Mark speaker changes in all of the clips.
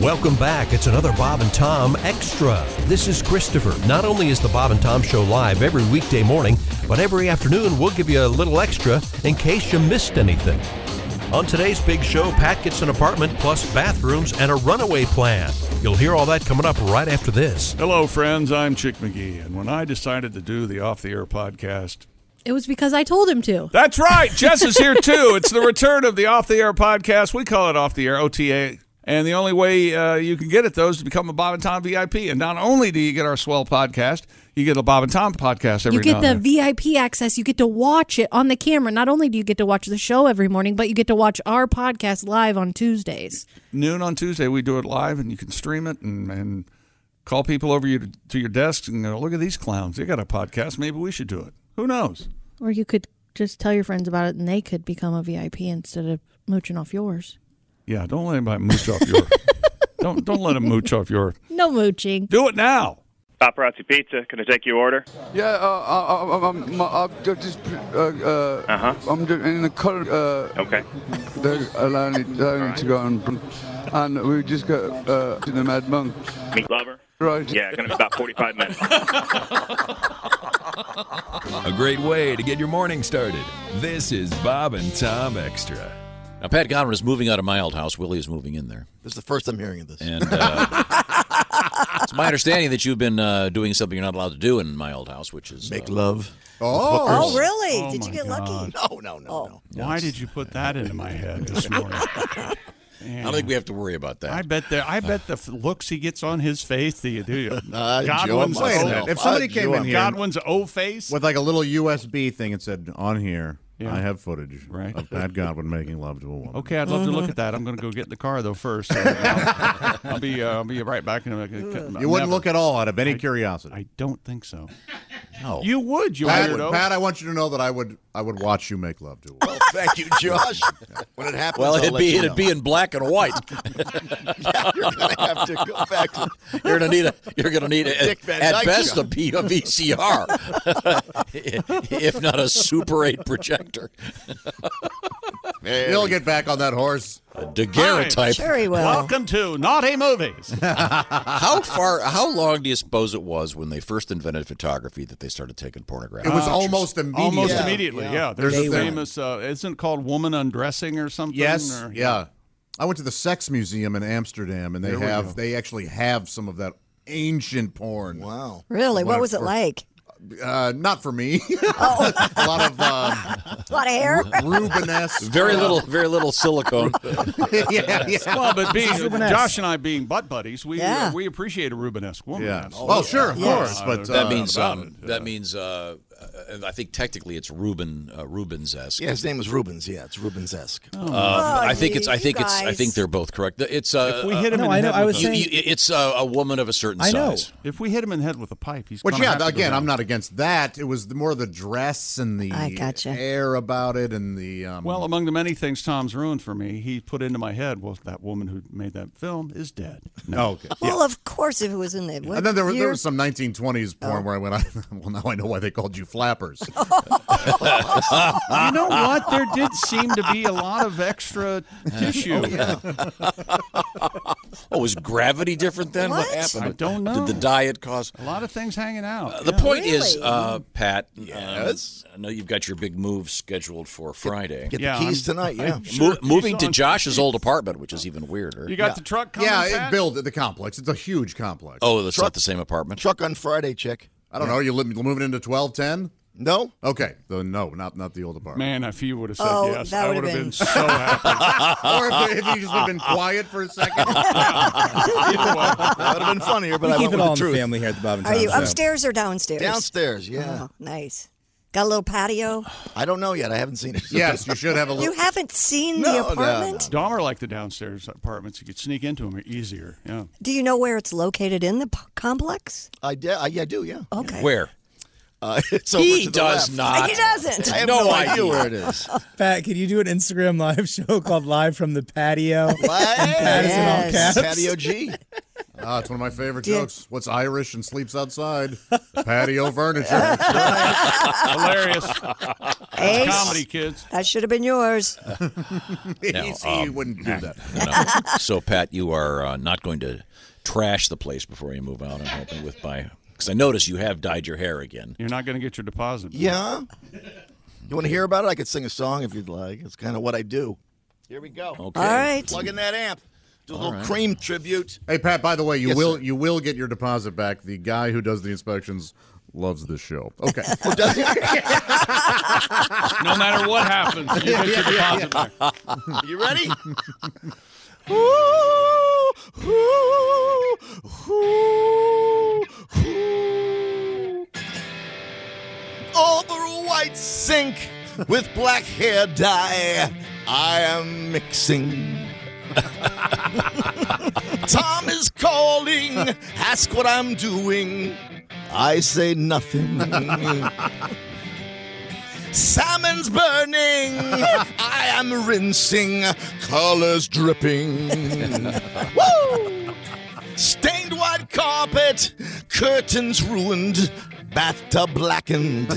Speaker 1: Welcome back. It's another Bob and Tom Extra. This is Christopher. Not only is the Bob and Tom Show live every weekday morning, but every afternoon we'll give you a little extra in case you missed anything. On today's big show, Pat gets an apartment plus bathrooms and a runaway plan. You'll hear all that coming up right after this.
Speaker 2: Hello, friends. I'm Chick McGee, and when I decided to do the Off the Air podcast,
Speaker 3: It was because I told him to.
Speaker 2: that's right. Jess is here too. It's the return of the Off the Air podcast. We call it Off the Air OTA, and the only way uh, you can get it though is to become a Bob and Tom VIP. And not only do you get our swell podcast, you get a Bob and Tom podcast every
Speaker 3: You get
Speaker 2: now
Speaker 3: the
Speaker 2: and then.
Speaker 3: VIP access. You get to watch it on the camera. Not only do you get to watch the show every morning, but you get to watch our podcast live on Tuesdays.
Speaker 2: noon on Tuesday. We do it live, and you can stream it and. and Call people over you to, to your desk and go, look at these clowns. They got a podcast. Maybe we should do it. Who knows?
Speaker 3: Or you could just tell your friends about it and they could become a VIP instead of mooching off yours.
Speaker 2: Yeah, don't let anybody mooch off your. don't don't let them mooch off your.
Speaker 3: No mooching.
Speaker 2: Do it now.
Speaker 4: Paparazzi Pizza. Can I take your order?
Speaker 5: Yeah, uh, I, I, I'm, I'm just uh, uh,
Speaker 4: Uh-huh.
Speaker 5: I'm just in the color. Uh,
Speaker 4: Okay.
Speaker 5: they're allowing, it, allowing it to go on, and we just got uh, to the Mad Monk,
Speaker 4: Meat lover.
Speaker 5: right?
Speaker 4: Yeah, gonna be about 45 minutes.
Speaker 6: A great way to get your morning started. This is Bob and Tom Extra.
Speaker 7: Now, Pat Godwin is moving out of my old house. Willie is moving in there.
Speaker 8: This is the first I'm hearing of this.
Speaker 7: And uh, it's my understanding that you've been uh, doing something you're not allowed to do in my old house, which is.
Speaker 8: Make
Speaker 7: uh,
Speaker 8: love.
Speaker 9: Oh, really?
Speaker 2: Oh,
Speaker 9: Did you
Speaker 2: my
Speaker 9: get lucky?
Speaker 8: No, no, no, no.
Speaker 2: Why did you put that into my head this morning?
Speaker 7: I don't think we have to worry about that.
Speaker 2: I bet the I bet the f- looks he gets on his face that you do.
Speaker 8: I Uh, enjoy
Speaker 2: Godwin's
Speaker 8: myself.
Speaker 10: Wait a
Speaker 2: O-
Speaker 10: minute. If somebody
Speaker 8: I
Speaker 10: came
Speaker 8: enjoy
Speaker 10: in here
Speaker 2: Godwin's O face.
Speaker 10: with like a little USB thing and said, "On here,
Speaker 2: Yeah.
Speaker 10: I have footage
Speaker 2: Right.
Speaker 10: of Pat Godwin making love to a woman."
Speaker 2: Okay, I'd love to
Speaker 10: Mm-hmm.
Speaker 2: look at that. I'm going to go get in the car though first. So I'll, I'll be uh, I'll be right back in a minute.
Speaker 10: You wouldn't look at all out of any curiosity.
Speaker 2: I don't think so.
Speaker 7: No.
Speaker 2: You would. You
Speaker 10: Pat,
Speaker 2: weirdo.
Speaker 10: Pat, I want you to know that I would I would watch you make love to a woman.
Speaker 8: Well, thank you, Josh. When it happens,
Speaker 7: well,
Speaker 8: I'll
Speaker 7: it'd
Speaker 8: let
Speaker 7: be
Speaker 8: you
Speaker 7: it'd
Speaker 8: know.
Speaker 7: be in black and white.
Speaker 8: You're gonna have to go back. To,
Speaker 7: You're gonna need a. You're gonna need a,
Speaker 8: Dick Van
Speaker 7: at
Speaker 8: Dyke
Speaker 7: best
Speaker 8: show.
Speaker 7: a, P- a VCR, if not a Super 8 projector,
Speaker 8: There
Speaker 10: You'll
Speaker 8: we
Speaker 10: get back on that horse.
Speaker 7: a daguerreotype.
Speaker 9: Sure he will.
Speaker 2: Welcome to Naughty Movies.
Speaker 7: How far? How long do you suppose it was when they first invented photography that they started taking pornograph?
Speaker 10: It was
Speaker 7: pictures?
Speaker 10: almost immediate.
Speaker 2: Almost
Speaker 8: Yeah.
Speaker 2: immediately, yeah.
Speaker 8: Yeah.
Speaker 2: There's
Speaker 10: They
Speaker 2: a
Speaker 10: were.
Speaker 2: famous, uh, isn't it called Woman Undressing or something?
Speaker 10: Yes.
Speaker 2: Or-
Speaker 10: yeah. I went to the Sex Museum in Amsterdam, and they have they actually have some of that ancient porn.
Speaker 8: Wow.
Speaker 9: Really? What
Speaker 10: What
Speaker 9: was it
Speaker 10: for-
Speaker 9: like?
Speaker 10: Uh, not for me. a lot of uh,
Speaker 9: A lot of hair?
Speaker 10: Rubenesque.
Speaker 7: Very little, very little silicone.
Speaker 10: yeah, yeah.
Speaker 2: Well, but being Josh and I being butt buddies, we uh,
Speaker 9: Yeah.
Speaker 2: we appreciate a Rubenesque woman.
Speaker 10: Yeah.
Speaker 2: absolutely.
Speaker 10: Oh, sure, of
Speaker 9: yeah.
Speaker 10: course. But
Speaker 7: That
Speaker 10: uh,
Speaker 7: means
Speaker 2: about
Speaker 7: um,
Speaker 2: it,
Speaker 7: that means uh, uh, I think technically it's Ruben uh, Rubens esque.
Speaker 8: Yeah, his name was Rubens. Yeah, it's Rubens esque.
Speaker 7: I think it's I
Speaker 9: you
Speaker 7: think it's I
Speaker 9: guys.
Speaker 7: think they're both correct. It's uh,
Speaker 2: If we hit him
Speaker 10: no,
Speaker 2: in the
Speaker 10: I
Speaker 2: head
Speaker 10: know, I
Speaker 2: with
Speaker 10: was
Speaker 2: a-
Speaker 7: you- you- it's uh, a woman of a certain
Speaker 10: I know.
Speaker 7: size.
Speaker 2: if we hit him in the head with a pipe, he's.
Speaker 10: Which,
Speaker 2: gonna
Speaker 10: yeah,
Speaker 2: have to
Speaker 10: again,
Speaker 2: go
Speaker 10: I'm not against that. It was the, more the dress and the
Speaker 9: I gotcha.
Speaker 10: air about it and the. Um,
Speaker 2: Well, among the many things Tom's ruined for me, he put into my head, "Well, that woman who made that film is dead." No,
Speaker 10: oh, okay.
Speaker 9: Well, of course, if it Oh. was in the. What
Speaker 10: And then there was, there
Speaker 9: year?
Speaker 10: was some 1920s porn where I went, well, now I know why they called you flappers.
Speaker 9: Oh.
Speaker 2: you know what? There did seem to be a lot of extra
Speaker 10: Oh,
Speaker 2: tissue.
Speaker 7: Oh, was gravity different then? What,
Speaker 9: What?
Speaker 7: happened?
Speaker 2: I don't know.
Speaker 7: Did the diet cause?
Speaker 2: A lot of things hanging out.
Speaker 7: The
Speaker 2: yeah.
Speaker 7: point is,
Speaker 9: Really?
Speaker 7: uh, Pat. um,
Speaker 8: Yes?
Speaker 7: I know you've got your big move scheduled for Friday.
Speaker 8: Get
Speaker 2: Yeah,
Speaker 8: the keys
Speaker 2: I'm-
Speaker 8: tonight. Yeah.
Speaker 7: Mo-
Speaker 2: Sure,
Speaker 7: moving
Speaker 2: he's
Speaker 7: to
Speaker 2: on-
Speaker 7: Josh's old apartment, which is even weirder.
Speaker 2: You got the truck coming.
Speaker 10: yeah,
Speaker 2: Pat?
Speaker 10: it built the complex. It's a huge complex.
Speaker 7: oh, that's not the same apartment.
Speaker 8: Truck on Friday, chick.
Speaker 10: I don't know. You li- moving into 1210?
Speaker 8: No.
Speaker 10: Okay. The, no, not not the old apartment.
Speaker 2: Man, if you would have said
Speaker 9: Oh,
Speaker 2: yes,
Speaker 9: that
Speaker 2: I would
Speaker 9: would've
Speaker 2: have been,
Speaker 9: been-
Speaker 2: so happy.
Speaker 10: or if, if you just have been quiet for a second.
Speaker 2: Either way.
Speaker 8: That would have been funnier, but I went with the truth.
Speaker 10: here at the Bob and
Speaker 9: Are you upstairs or downstairs?
Speaker 8: Downstairs. Yeah.
Speaker 9: Oh, nice. Got a little patio.
Speaker 7: I don't know yet. I haven't seen it.
Speaker 2: Yes, you should have a
Speaker 9: You haven't seen the apartment.
Speaker 2: Dahmer liked the downstairs apartments. You could sneak into them easier. Yeah.
Speaker 9: Do you know where it's located in the p- complex?
Speaker 7: I, de- I, yeah, I do, yeah.
Speaker 9: Okay.
Speaker 1: Where?
Speaker 7: Uh, it's over
Speaker 1: He
Speaker 7: to the
Speaker 1: does
Speaker 7: left.
Speaker 1: not.
Speaker 9: He doesn't.
Speaker 7: I have
Speaker 1: No
Speaker 7: no,
Speaker 1: idea.
Speaker 7: idea where it is.
Speaker 3: Pat, can you do an Instagram live show called Live from the Patio? Pat is in all
Speaker 10: Yes.
Speaker 3: caps.
Speaker 10: Patio G. Ah, it's one of my favorite
Speaker 3: Yeah.
Speaker 10: jokes. What's Irish and sleeps outside? Patio furniture.
Speaker 2: Hilarious.
Speaker 9: Ace.
Speaker 2: Comedy, kids.
Speaker 9: That should have been yours.
Speaker 1: um, nah, no. so, Pat, you are uh, not going to trash the place before you move out. I'm hoping with my because I notice you have dyed your hair again.
Speaker 2: You're not going to get your deposit.
Speaker 7: Yeah. You want to hear about it? I could sing a song if you'd like. It's kind of what I do.
Speaker 10: Here we
Speaker 2: Oh.
Speaker 10: go.
Speaker 7: Okay. All right. Plug in that amp.
Speaker 10: Do
Speaker 7: a little right. cream tribute.
Speaker 10: Hey Pat, by the way, you
Speaker 7: Yes,
Speaker 10: will
Speaker 7: sir.
Speaker 10: you will get your deposit back. The guy who does the inspections loves this show. Okay.
Speaker 2: No matter what happens, you get your deposit back.
Speaker 7: You ready? Over a white sink with black hair dye, I am mixing. Tom is calling, ask what I'm doing. I say nothing. Salmon's burning. I am rinsing. Colors dripping. Woo! Stained white carpet. Curtains ruined. Bathtub blackened.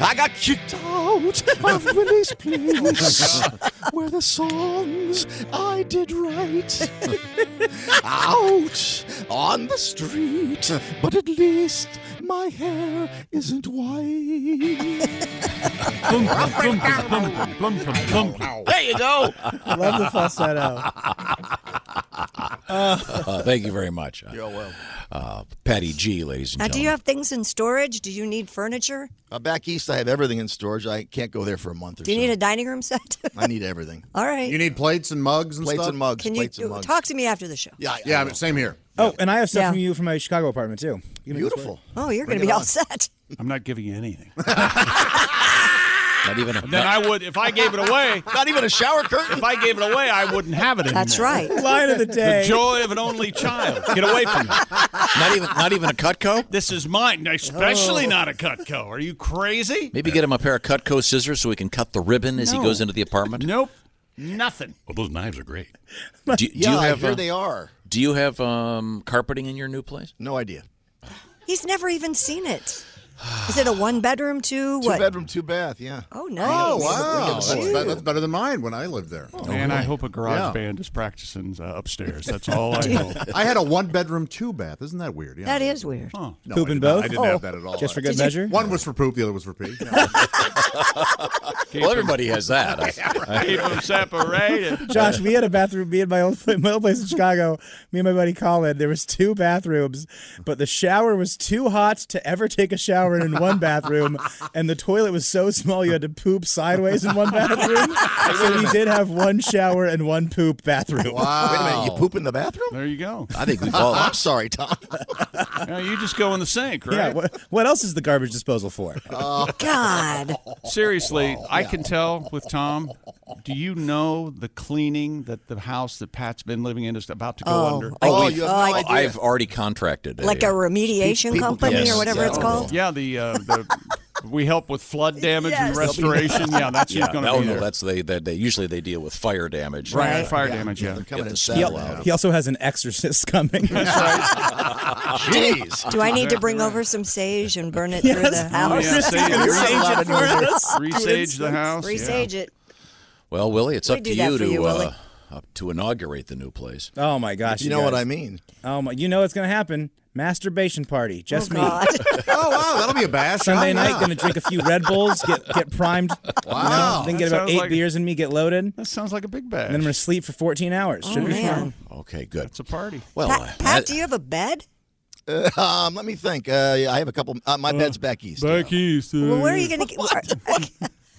Speaker 7: I got kicked out of Willie's place where the songs I did write. out on the street, but at least my hair isn't white. there you go.
Speaker 3: I love the falsetto.
Speaker 1: Uh, thank you very much.
Speaker 7: You're welcome.
Speaker 1: Uh, Patty G, ladies and
Speaker 9: Now, Uh, do
Speaker 1: gentlemen.
Speaker 9: you have things in storage? Do you need furniture?
Speaker 7: Uh, back east, I have everything in storage. I can't go there for a month or
Speaker 9: Do you
Speaker 7: so.
Speaker 9: need a dining room set?
Speaker 7: I need everything.
Speaker 9: All right.
Speaker 10: You need plates and mugs and
Speaker 7: Plates
Speaker 10: stuff?
Speaker 7: and mugs,
Speaker 9: Can you
Speaker 7: plates and mugs.
Speaker 9: talk to me after the show?
Speaker 7: Yeah,
Speaker 10: yeah, same here.
Speaker 3: Oh, and I have stuff
Speaker 9: Yeah.
Speaker 3: from you from my Chicago apartment too. You can make this work.
Speaker 9: Oh, you're going
Speaker 3: Bring
Speaker 9: to
Speaker 3: it
Speaker 9: be all
Speaker 3: on.
Speaker 9: set.
Speaker 2: I'm not giving you anything.
Speaker 1: Not even a.
Speaker 2: Then I would, if I gave it away.
Speaker 7: Not even a shower curtain.
Speaker 2: If I gave it away, I wouldn't have it anymore.
Speaker 9: That's right.
Speaker 3: Line of the day.
Speaker 2: The joy of an only child. Get away from me.
Speaker 1: Not even not even a Cutco.
Speaker 2: This is mine, especially not a Cutco. Are you crazy?
Speaker 1: Maybe get him a pair of Cutco scissors so he can cut the ribbon as he
Speaker 2: No.
Speaker 1: goes into the apartment.
Speaker 2: Nope. Nothing. Well, those knives are great.
Speaker 1: Do, do
Speaker 7: yeah,
Speaker 1: you have
Speaker 7: I hear
Speaker 1: uh,
Speaker 7: they are.
Speaker 1: Do you have um, carpeting in your new place?
Speaker 7: No idea.
Speaker 9: He's never even seen it. Is it a one bedroom, two?
Speaker 7: Two
Speaker 9: what?
Speaker 7: bedroom, two bath. Yeah.
Speaker 9: Oh,
Speaker 10: Oh,
Speaker 9: nice.
Speaker 10: wow. That's,
Speaker 9: Look at
Speaker 10: be-
Speaker 9: you.
Speaker 10: that's better than mine when I lived there.
Speaker 2: And Oh, I hope a garage
Speaker 10: Yeah.
Speaker 2: band is practicing uh, upstairs. That's all I hope.
Speaker 10: I had a one bedroom, two bath. Isn't that weird? Yeah.
Speaker 9: That is weird.
Speaker 10: No,
Speaker 3: Poop
Speaker 10: I
Speaker 3: and
Speaker 10: did not-
Speaker 3: both?
Speaker 10: I didn't have that at all.
Speaker 3: Just for
Speaker 10: I-
Speaker 3: good Did you- measure?
Speaker 10: One was for poop, the other was for pee.
Speaker 1: Well, everybody has that.
Speaker 2: Keep them separated.
Speaker 3: Josh, we had a bathroom. Me and my old, my old place in Chicago. Me and my buddy Colin. There was two bathrooms, but the shower was too hot to ever take a shower in one bathroom, and the toilet was so small you had to poop sideways in one bathroom. so we did have one shower and one poop bathroom.
Speaker 7: Wait a minute. You poop in the bathroom?
Speaker 2: There you go.
Speaker 1: I think we've all.
Speaker 7: I'm sorry, Tom.
Speaker 2: Now you just go in the sink,
Speaker 3: Yeah.
Speaker 2: right?
Speaker 3: What, what else is the garbage disposal for?
Speaker 9: God.
Speaker 2: Seriously, I can tell with Tom. Do you know the cleaning that the house that Pat's been living in is about to go
Speaker 9: Oh.
Speaker 2: under?
Speaker 9: Oh,
Speaker 1: we've-
Speaker 9: you have no
Speaker 1: I've-
Speaker 9: idea.
Speaker 1: I've already contracted.
Speaker 9: Like a remediation
Speaker 1: People-
Speaker 9: company
Speaker 1: yes,
Speaker 9: or whatever
Speaker 1: yeah.
Speaker 9: it's called?
Speaker 2: Yeah, the uh, the we help with flood damage and
Speaker 9: Yes.
Speaker 2: restoration. Yeah, that's
Speaker 1: Yeah, oh,
Speaker 2: what's going to
Speaker 1: no,
Speaker 2: be
Speaker 1: no,
Speaker 2: there.
Speaker 1: that's they, they, they. Usually they deal with fire damage.
Speaker 2: Right,
Speaker 1: Get
Speaker 2: fire damage. Yeah.
Speaker 7: They're coming
Speaker 1: the
Speaker 7: in
Speaker 1: saddle
Speaker 7: satellite.
Speaker 1: out.
Speaker 3: He also has an exorcist coming.
Speaker 7: Jeez.
Speaker 9: Do I need to bring over some sage and burn it through the house?
Speaker 2: Oh, yeah, sage.
Speaker 3: And
Speaker 2: You're
Speaker 7: not
Speaker 3: sage
Speaker 7: allowed
Speaker 3: it
Speaker 7: to do
Speaker 3: for
Speaker 7: that.
Speaker 3: us.
Speaker 2: Resage the house. yeah.
Speaker 9: Resage it.
Speaker 1: Well, Willie, it's
Speaker 9: We
Speaker 1: up to
Speaker 9: do that
Speaker 1: you
Speaker 9: for
Speaker 1: to
Speaker 9: you,
Speaker 1: uh,
Speaker 9: Willie. Oh,
Speaker 1: up to inaugurate the new place.
Speaker 3: Oh my gosh!
Speaker 7: You know what
Speaker 3: guys.
Speaker 7: I mean?
Speaker 3: Oh my! You know what's gonna happen? Masturbation party. Just
Speaker 9: Oh,
Speaker 3: me.
Speaker 9: God.
Speaker 10: oh, wow. That'll be a bash.
Speaker 3: Sunday
Speaker 10: I'm
Speaker 3: night,
Speaker 10: not.
Speaker 3: gonna drink a few Red Bulls, get get primed.
Speaker 10: Wow.
Speaker 3: Then
Speaker 2: That
Speaker 3: get about
Speaker 2: sounds
Speaker 3: eight
Speaker 2: like-
Speaker 3: beers in me, get loaded, and
Speaker 2: That sounds like a big bag.
Speaker 3: then I'm gonna sleep for 14 hours.
Speaker 9: Oh,
Speaker 3: Should be
Speaker 9: man.
Speaker 3: fun.
Speaker 1: Okay, good.
Speaker 2: It's a party.
Speaker 1: Well, uh,
Speaker 9: Pat, Pat,
Speaker 1: that-
Speaker 9: do you have a bed?
Speaker 7: Uh, um,
Speaker 1: Uh.
Speaker 7: let me think. Uh, yeah, I have a couple. Uh, my bed's back east.
Speaker 2: east.
Speaker 9: Well, where are you going to get?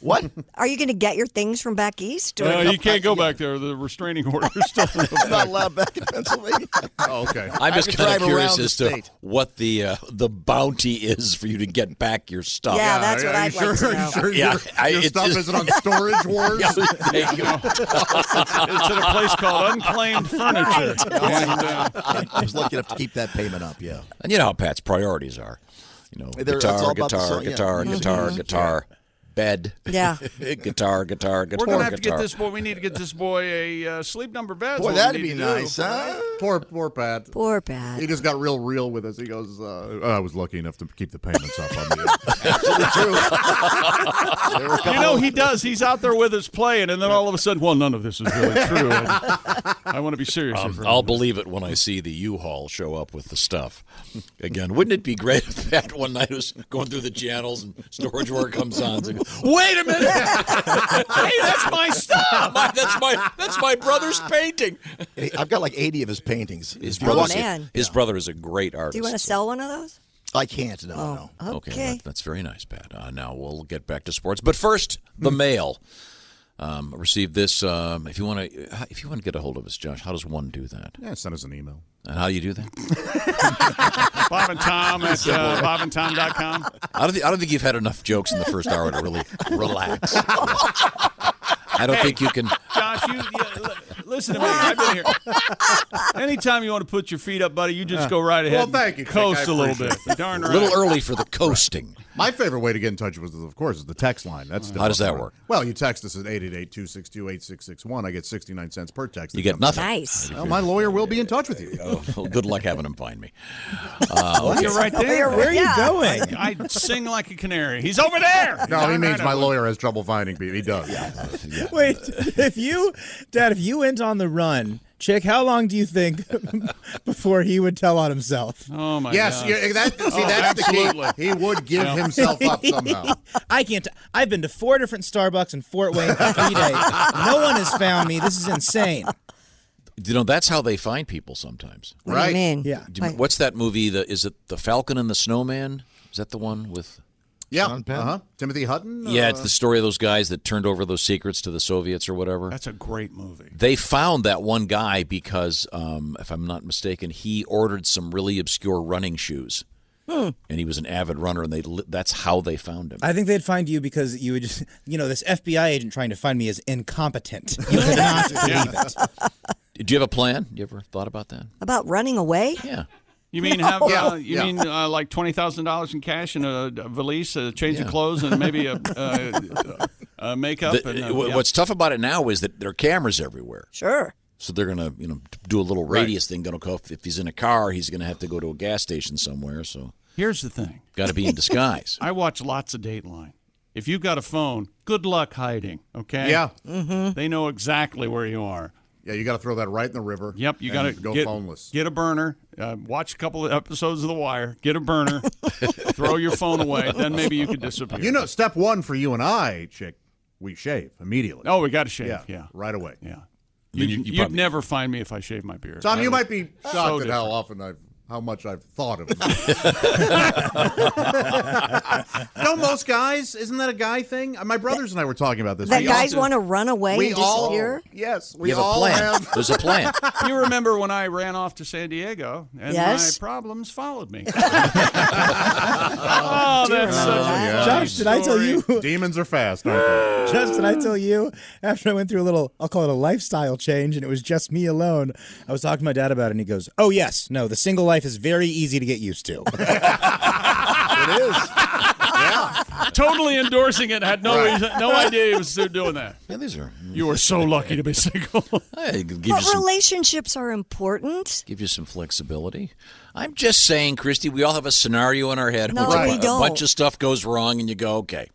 Speaker 7: What?
Speaker 9: Are you going to get your things from back east? or-
Speaker 2: No, you can't go back there. The restraining order is still
Speaker 7: I'm not allowed back in Pennsylvania.
Speaker 10: Oh, okay.
Speaker 1: I'm just
Speaker 7: I have to
Speaker 1: kind of
Speaker 7: drive
Speaker 1: curious
Speaker 7: around
Speaker 1: as
Speaker 7: the
Speaker 1: to what the uh, the bounty is for you to get back your stuff.
Speaker 7: Yeah, Yeah, that's what yeah, I'd Uh, you like sure- to know. you sure
Speaker 1: Yeah,
Speaker 7: your-
Speaker 1: I-
Speaker 7: your
Speaker 1: it's
Speaker 7: stuff
Speaker 1: just-
Speaker 7: isn't on Storage Wars?
Speaker 1: Yeah, thank you.
Speaker 2: it's at a place called Unclaimed Furniture. And, uh,
Speaker 7: I was lucky enough to keep that payment up. Yeah.
Speaker 1: And you know how Pat's priorities are. You know,
Speaker 7: They're- it's all
Speaker 1: guitar,
Speaker 7: about the
Speaker 1: guitar,
Speaker 7: song, yeah. Mm-hmm.
Speaker 1: guitar,
Speaker 7: Music,
Speaker 1: guitar,
Speaker 7: music,
Speaker 1: guitar, bed.
Speaker 9: Yeah.
Speaker 1: guitar, guitar, guitar,
Speaker 2: We're gonna have to
Speaker 1: guitar.
Speaker 2: get this boy. We need to get this boy a uh, sleep number bed.
Speaker 10: Boy, that'd be nice,
Speaker 2: huh?
Speaker 10: Poor, poor Pat.
Speaker 9: Poor Pat.
Speaker 10: He just got real real with us. He goes, uh, I was lucky enough to keep the payments up on the
Speaker 2: You know he does. He's out there with us playing, and then all of a sudden, well, none of this is really true. I, I want to be serious. here
Speaker 1: Um,
Speaker 2: for a
Speaker 1: I'll
Speaker 2: minute.
Speaker 1: believe it when I see the U-Haul show up with the stuff. Again, wouldn't it be great if that one night was going through the channels and storage work comes on? It's like, Wait a minute! hey, that's my stuff. My- that's my that's my brother's painting.
Speaker 7: Hey, I've got like 80 of his paintings. His
Speaker 1: brother's-
Speaker 9: Oh, man.
Speaker 1: His brother is a great artist.
Speaker 9: Do you want to sell one of those?
Speaker 7: I can't. No,
Speaker 9: Oh,
Speaker 1: no. Okay,
Speaker 9: okay.
Speaker 1: that- that's very nice, Pat. Uh, now we'll get back to sports, but first the mail. Um, received this. Um, if you want to, if you want to get a hold of us, Josh, how does one do that?
Speaker 10: Yeah, send us an email.
Speaker 1: And how do you do that?
Speaker 2: Bob and Tom at uh, bobandtom.com.
Speaker 1: I don't, think, I don't think you've had enough jokes in the first hour to really relax. I don't
Speaker 2: Hey.
Speaker 1: think you can.
Speaker 2: Josh, you, you li- listen to me. I've been here. Anytime you want to put your feet up, buddy, you just go right ahead.
Speaker 10: Well,
Speaker 2: and
Speaker 10: thank you, Chick. I
Speaker 2: Coast a little bit.
Speaker 10: appreciate it.
Speaker 2: Darn
Speaker 10: A
Speaker 2: right.
Speaker 10: little
Speaker 1: early for the coasting.
Speaker 10: My favorite way to get in touch with us, of course, is the text line. That's still
Speaker 1: How does
Speaker 10: up
Speaker 1: that
Speaker 10: and
Speaker 1: work?
Speaker 10: running. Well, you text us at 888-262-8661. I get 69 cents per text.
Speaker 1: You
Speaker 10: that
Speaker 1: get
Speaker 10: comes
Speaker 1: nothing.
Speaker 10: in.
Speaker 1: Nice.
Speaker 10: Well, my lawyer will be in touch with you.
Speaker 1: Oh, well, good luck having him find me. Uh,
Speaker 2: Oh,
Speaker 1: okay.
Speaker 2: You're right there.
Speaker 10: Where are you Yeah. going?
Speaker 2: I, I sing like a canary. He's over there.
Speaker 10: No, he
Speaker 2: Darn
Speaker 10: means
Speaker 2: right
Speaker 10: my
Speaker 2: I-
Speaker 10: lawyer has trouble finding people. He does.
Speaker 3: Wait, if you, Dad, if you went on the run, Chick, how long do you think before he would tell on himself?
Speaker 2: Oh my Oh,
Speaker 10: Yes,
Speaker 2: God.
Speaker 10: you- that- see, that's the key. He would give Yeah. himself up somehow.
Speaker 3: I can't. T- I've been to four different Starbucks in Fort Wayne for three days. No one has found me. This is insane.
Speaker 1: You know, that's how they find people sometimes.
Speaker 3: What do you Right. mean? Yeah.
Speaker 1: Do you-
Speaker 3: Like-
Speaker 1: what's that movie? The is it the Falcon and the Snowman? Is that the one with?
Speaker 10: Yeah. Uh-huh. Timothy Hutton?
Speaker 1: Yeah, it's
Speaker 10: uh,
Speaker 1: the story of those guys that turned over those secrets to the Soviets or whatever.
Speaker 2: That's a great movie.
Speaker 1: They found that one guy because, um, if I'm not mistaken, he ordered some really obscure running shoes, and he was an avid runner, and they li- that's how they found him.
Speaker 3: I think they'd find you because you would just, you know, this FBI agent trying to find me is incompetent. You could not believe it.
Speaker 1: Do you have a plan? You ever thought about that?
Speaker 9: About running away?
Speaker 1: Yeah.
Speaker 2: You mean have uh, you mean uh, like twenty thousand dollars in cash and a, a valise, a change of
Speaker 1: Yeah.
Speaker 2: clothes, and maybe a, uh a makeup?
Speaker 1: The-
Speaker 2: and, uh,
Speaker 1: wh-
Speaker 2: yeah.
Speaker 1: What's tough about it now is that there are cameras everywhere.
Speaker 9: Sure.
Speaker 1: So they're gonna, you know, do a little radius thing. Gonna go if he's in a car, he's gonna have to go to a gas station somewhere. So
Speaker 2: Here's the thing.
Speaker 1: got to be in disguise.
Speaker 2: I watch lots of Dateline. If you've got a phone, good luck hiding. Okay.
Speaker 10: Yeah.
Speaker 2: Mm-hmm. They know exactly where you are.
Speaker 10: Yeah, you got to throw that right in the river.
Speaker 2: Yep. You
Speaker 10: and
Speaker 2: got to
Speaker 10: go
Speaker 2: get,
Speaker 10: phoneless.
Speaker 2: Get a burner. Uh, watch a couple of episodes of The Wire. Get a burner. throw your phone away. Then maybe you could disappear.
Speaker 10: You know, step one for you and I, chick, we shave immediately.
Speaker 2: Oh, we got to shave. Yeah.
Speaker 10: Right away.
Speaker 2: Yeah.
Speaker 1: You,
Speaker 2: would
Speaker 1: you
Speaker 10: probably-
Speaker 2: never find me if I shave my beard.
Speaker 10: Tom,
Speaker 2: I
Speaker 10: you
Speaker 2: look
Speaker 10: might be
Speaker 2: so
Speaker 10: shocked at
Speaker 2: different.
Speaker 10: how often I've, how much I've thought of. it. no, most guys, isn't that a guy thing? Uh, My brothers and I were talking about this.
Speaker 9: That
Speaker 10: We
Speaker 9: guys
Speaker 10: all-
Speaker 9: want to run away
Speaker 10: we
Speaker 9: and
Speaker 10: all-
Speaker 9: disappear?
Speaker 10: yes,
Speaker 1: You have a plan. There's a plan.
Speaker 2: you remember when I ran off to San Diego and
Speaker 3: Yes.
Speaker 2: my problems followed me. oh, that's such a
Speaker 10: Yeah.
Speaker 3: Josh, did I tell you?
Speaker 10: Demons are fast, aren't they?
Speaker 3: Just did I tell you after I went through a little, I'll call it a lifestyle change, and it was just me alone. I was talking to my dad about it, and he goes, "Oh yes, no, the single life is very easy to get used to."
Speaker 10: it is.
Speaker 2: totally endorsing it. Had no
Speaker 1: Right.
Speaker 2: reason, no idea he was doing that.
Speaker 1: Yeah, these are.
Speaker 2: You are so lucky to be single.
Speaker 1: Hey, give you
Speaker 9: But
Speaker 1: some
Speaker 9: relationships are important.
Speaker 1: give you some flexibility. I'm just saying, Christy, we all have a scenario in our head. in
Speaker 9: No,
Speaker 1: which a,
Speaker 9: we
Speaker 1: bu- a
Speaker 9: don't.
Speaker 1: bunch of stuff goes wrong, and you go, okay.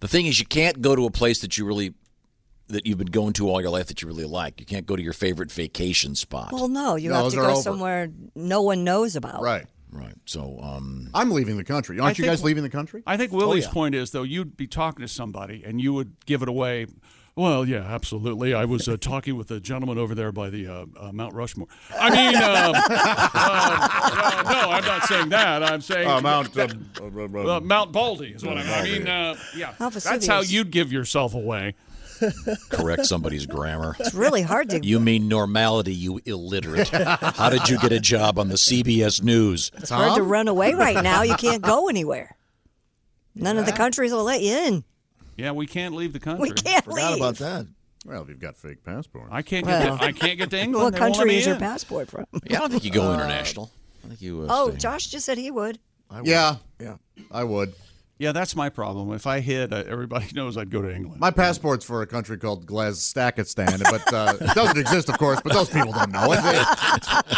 Speaker 1: The thing is, you can't go to a place that you really that you've been going to all your life that you really like. You can't go to your favorite vacation spot.
Speaker 9: Well, no, you
Speaker 1: No,
Speaker 9: have
Speaker 1: those
Speaker 9: to
Speaker 1: are
Speaker 9: go
Speaker 1: over.
Speaker 9: somewhere no one knows about.
Speaker 10: Right.
Speaker 1: Right. So, um,
Speaker 10: I'm leaving the country.
Speaker 2: I
Speaker 10: Aren't you
Speaker 2: think-
Speaker 10: guys leaving the country?
Speaker 2: I think Willie's
Speaker 10: Oh, yeah.
Speaker 2: point is though, you'd be talking to somebody and you would give it away. Well, yeah, absolutely. I was uh, talking with a gentleman over there by the uh, uh, Mount Rushmore. I mean, um, um, no, no, I'm not saying that. I'm saying
Speaker 11: Uh, Mount, um, uh,
Speaker 2: Well, Mount Baldy is what I mean. I mean, uh, yeah,
Speaker 9: Mount
Speaker 2: that's
Speaker 9: Vesuvius.
Speaker 2: how you'd give yourself away.
Speaker 1: Correct somebody's grammar.
Speaker 9: It's really hard to.
Speaker 1: You mean normality, you illiterate. How did you get a job on the CBS News?
Speaker 9: It's hard to run away right now. You can't go anywhere. None of the countries will let you in.
Speaker 2: Yeah, we can't leave the country.
Speaker 9: can't Forgot leave. about
Speaker 2: that.
Speaker 10: Well, if you've got fake passports.
Speaker 2: I can't get.
Speaker 9: Well.
Speaker 2: to, I can't get to England.
Speaker 9: What
Speaker 2: They won't let
Speaker 9: country
Speaker 2: me
Speaker 9: is your
Speaker 2: in.
Speaker 9: passport from?
Speaker 1: Yeah, I don't think you go international. I think you. Uh,
Speaker 9: Uh, Oh,
Speaker 1: stay-
Speaker 9: Josh just said he would.
Speaker 10: Yeah, yeah, I would.
Speaker 2: Yeah, that's my problem. If I hid, I, everybody knows I'd go to England.
Speaker 10: My passport's for a country called Glazstakistan, but uh, it doesn't exist, of course. But those people don't know it.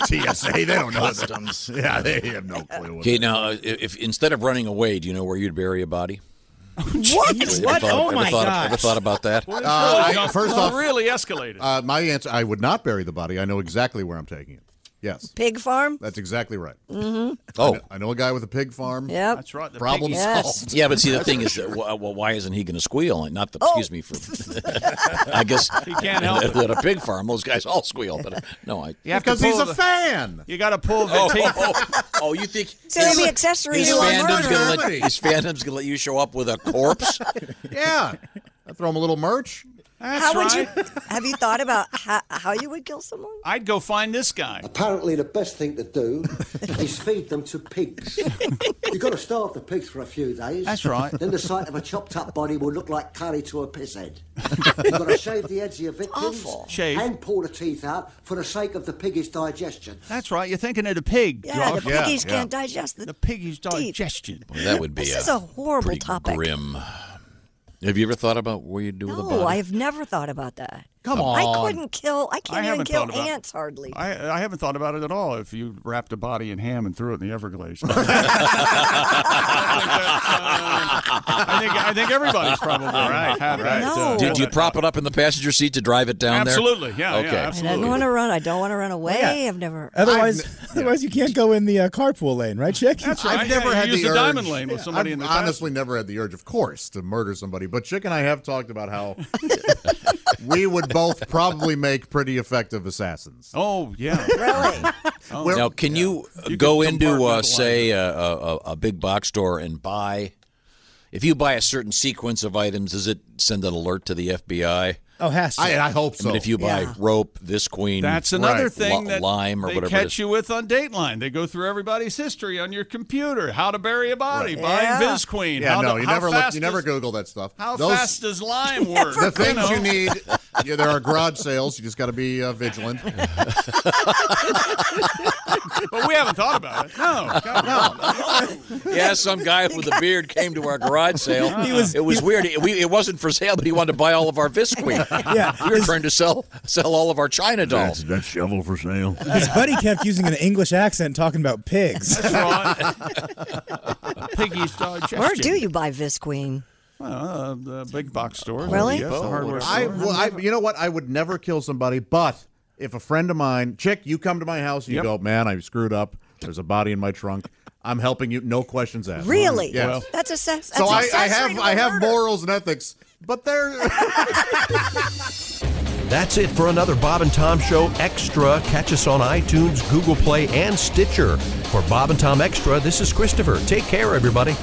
Speaker 10: They, TSA, they don't know
Speaker 1: Customs.
Speaker 10: it. Yeah, they have no clue. What
Speaker 1: Okay, now uh, if instead of running away, do you know where you'd bury a body?
Speaker 10: what?
Speaker 1: Ever thought- ever thought, Ever thought about that?
Speaker 10: Uh,
Speaker 2: Oh,
Speaker 10: I-
Speaker 2: no,
Speaker 10: first
Speaker 2: well,
Speaker 10: off,
Speaker 2: really escalated.
Speaker 10: uh, my answer: I would not bury the body. I know exactly where I'm taking it. Yes,
Speaker 9: Pig farm?
Speaker 10: that's exactly right.
Speaker 9: Mm-hmm.
Speaker 10: Oh, I know, I know a guy with a pig farm.
Speaker 9: Yep. That's right, the
Speaker 10: Problem
Speaker 9: piggy-
Speaker 10: solved.
Speaker 9: Yes.
Speaker 1: Yeah, but see, the thing is, that, well, well, why isn't he going to squeal? And Not the, excuse me for. I guess
Speaker 2: He can't help
Speaker 1: at,
Speaker 2: it.
Speaker 1: at a pig farm, those guys all squeal. But uh, no, I
Speaker 2: You have to pull the- You got to pull the
Speaker 1: Oh,
Speaker 2: teeth.
Speaker 1: oh, oh, you think
Speaker 9: So it'd be accessory
Speaker 1: his
Speaker 9: to a murder.
Speaker 1: fandom's gonna let, his fandom's gonna let you show up with a corpse?
Speaker 10: yeah, I throw him a little merch.
Speaker 9: How would you? Have you thought about how, how you would kill someone?
Speaker 2: I'd go find this guy.
Speaker 12: Apparently, the best thing to do is feed them to pigs. You've got to starve the pigs for a few days.
Speaker 2: That's right.
Speaker 12: Then the sight of a chopped up body will look like curry to a piss head. You've got to shave the heads of your victims
Speaker 2: Shave.
Speaker 12: and pull the teeth out for the sake of the piggy's digestion.
Speaker 2: That's right. You're thinking of the pig.
Speaker 9: Yeah, the
Speaker 2: Josh.
Speaker 9: piggies can't digest the.
Speaker 2: The piggy's digestion.
Speaker 1: Well, that would be
Speaker 9: This
Speaker 1: a,
Speaker 9: is a horrible
Speaker 1: pretty
Speaker 9: topic.
Speaker 1: Grim. Have you ever thought about what you'd do with a body?
Speaker 9: No, I have never thought about that.
Speaker 1: Come
Speaker 9: I
Speaker 1: on.
Speaker 9: couldn't kill. I can't even
Speaker 2: haven't
Speaker 9: kill
Speaker 2: thought about-
Speaker 9: ants hardly.
Speaker 2: I, I haven't thought about it at all. If you wrapped a body in ham and threw it in the Everglades, uh, I think I think everybody's probably right. Have that, uh,
Speaker 1: Did you
Speaker 2: that-
Speaker 1: prop it up in the passenger seat to drive it down
Speaker 2: Absolutely,
Speaker 1: there?
Speaker 2: yeah, yeah,
Speaker 1: Okay.
Speaker 9: I don't want to run. I don't want to run away.
Speaker 3: Yeah.
Speaker 9: I've never.
Speaker 3: Otherwise, otherwise you can't go in the uh, carpool lane, right, Chick?
Speaker 10: I've never had the urge.
Speaker 2: with
Speaker 10: Yeah,
Speaker 2: somebody
Speaker 10: I've
Speaker 2: in the past.
Speaker 10: honestly never had the urge, of course, to murder somebody. But Chick and I have talked about how we would both probably make pretty effective assassins.
Speaker 2: Oh yeah, Oh.
Speaker 9: really?
Speaker 1: now, can you, uh, go into, uh, say, a, a, a- a big box store and buy? If you buy a certain sequence of items, does it send an alert to the FBI?
Speaker 3: Oh, has to.
Speaker 10: I- I hope
Speaker 1: mean, if you buy
Speaker 2: Yeah.
Speaker 1: rope, this queen,
Speaker 2: That's another
Speaker 1: li-
Speaker 2: thing that
Speaker 1: lime or
Speaker 2: they
Speaker 1: whatever. it
Speaker 2: catch
Speaker 1: is.
Speaker 2: you with on Dateline. They go through everybody's history on your computer. How to bury a body,
Speaker 10: Right.
Speaker 2: buying
Speaker 10: Yeah.
Speaker 2: Viz Queen.
Speaker 10: Yeah,
Speaker 2: how
Speaker 10: no,
Speaker 2: to,
Speaker 10: you
Speaker 2: how
Speaker 10: never look,
Speaker 2: fast
Speaker 10: you never
Speaker 2: is-
Speaker 10: Google that stuff.
Speaker 2: How
Speaker 10: Those-
Speaker 2: fast does lime work?
Speaker 10: The things
Speaker 2: know?
Speaker 10: you need, yeah, there are garage sales. You just got to be uh, vigilant.
Speaker 2: but we haven't thought about it. No, God,
Speaker 1: yeah, some guy with a beard came to our garage sale.
Speaker 2: He was-
Speaker 1: it was weird. It, we, it wasn't for sale, but he wanted to buy all of our Visqueen.
Speaker 3: Yeah.
Speaker 1: we were trying to sell sell all of our China dolls.
Speaker 10: that shovel for sale.
Speaker 3: His buddy kept using an English accent talking about pigs.
Speaker 2: piggy's digestion.
Speaker 9: Where do you buy Visqueen?
Speaker 2: Well, uh, the big box store.
Speaker 9: Really?
Speaker 2: Yes, the hardware
Speaker 10: Oh, I,
Speaker 2: store.
Speaker 10: well, I, you know what? I would never kill somebody, but if a friend of mine, chick, you come to my house and you
Speaker 2: Yep.
Speaker 10: go, man, I screwed up. There's a body in my trunk. I'm helping you. No questions asked.
Speaker 9: Really?
Speaker 10: Yes.
Speaker 9: That's a sex.
Speaker 10: so I,
Speaker 9: that's
Speaker 10: I
Speaker 9: accessory
Speaker 10: have
Speaker 9: to
Speaker 10: I
Speaker 9: a
Speaker 10: have
Speaker 9: murder.
Speaker 10: morals and ethics, but they're
Speaker 13: That's it for another Bob and Tom Show Extra. Catch us on iTunes, Google Play, and Stitcher. For Bob and Tom Extra, this is Christopher. Take care, everybody.